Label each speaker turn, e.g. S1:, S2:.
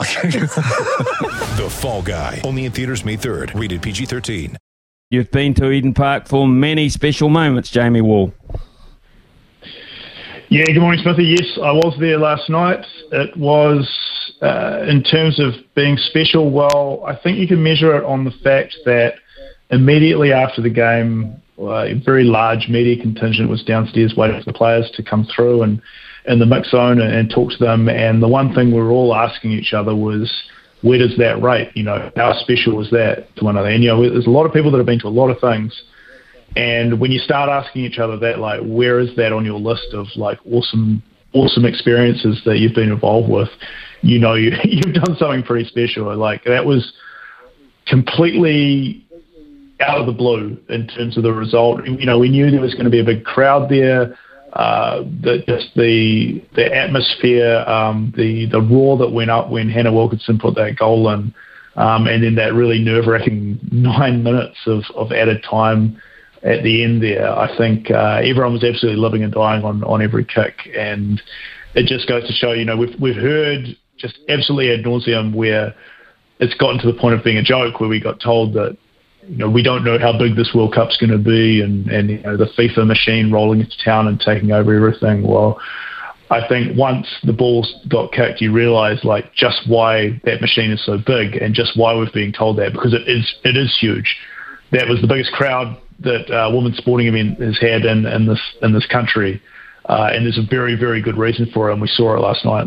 S1: The Fall Guy. Only in theaters May 3rd. Rated PG-13.
S2: You've been to Eden Park for many special moments, Jamie Wall.
S3: Yeah, good morning, Smithy. Yes, I was there last night. It was, uh, in terms of being special, well, I think you can measure it on the fact that immediately after the game, uh, a very large media contingent was downstairs waiting for the players to come through and in the mix zone and, and talk to them. And the one thing we were all asking each other was, where does that rate? You know, how special was that to one another? And, you know, there's a lot of people that have been to a lot of things. And when you start asking each other that, like, where is that on your list of like awesome, awesome experiences that you've been involved with, you know, you, you've done something pretty special. Like that was completely out of the blue in terms of the result. You know, we knew there was going to be a big crowd there. Uh, the, just the the atmosphere, um, the the roar that went up when Hannah Wilkinson put that goal in, um, and then that really nerve wracking nine minutes of, of added time at the end there. I think uh, everyone was absolutely living and dying on, on every kick, and it just goes to show, you know, we've we've heard just absolutely ad nauseum where it's gotten to the point of being a joke, where we got told that you know we don't know how big this World Cup's going to be, and and you know the FIFA machine rolling into town and taking over everything. Well. I think once the balls got kicked, you realise like just why that machine is so big, and just why we've been told that because it is it is huge. That was the biggest crowd that uh, women's sporting event has had in, in this in this country, uh, and there's a very very good reason for it, and we saw it last night.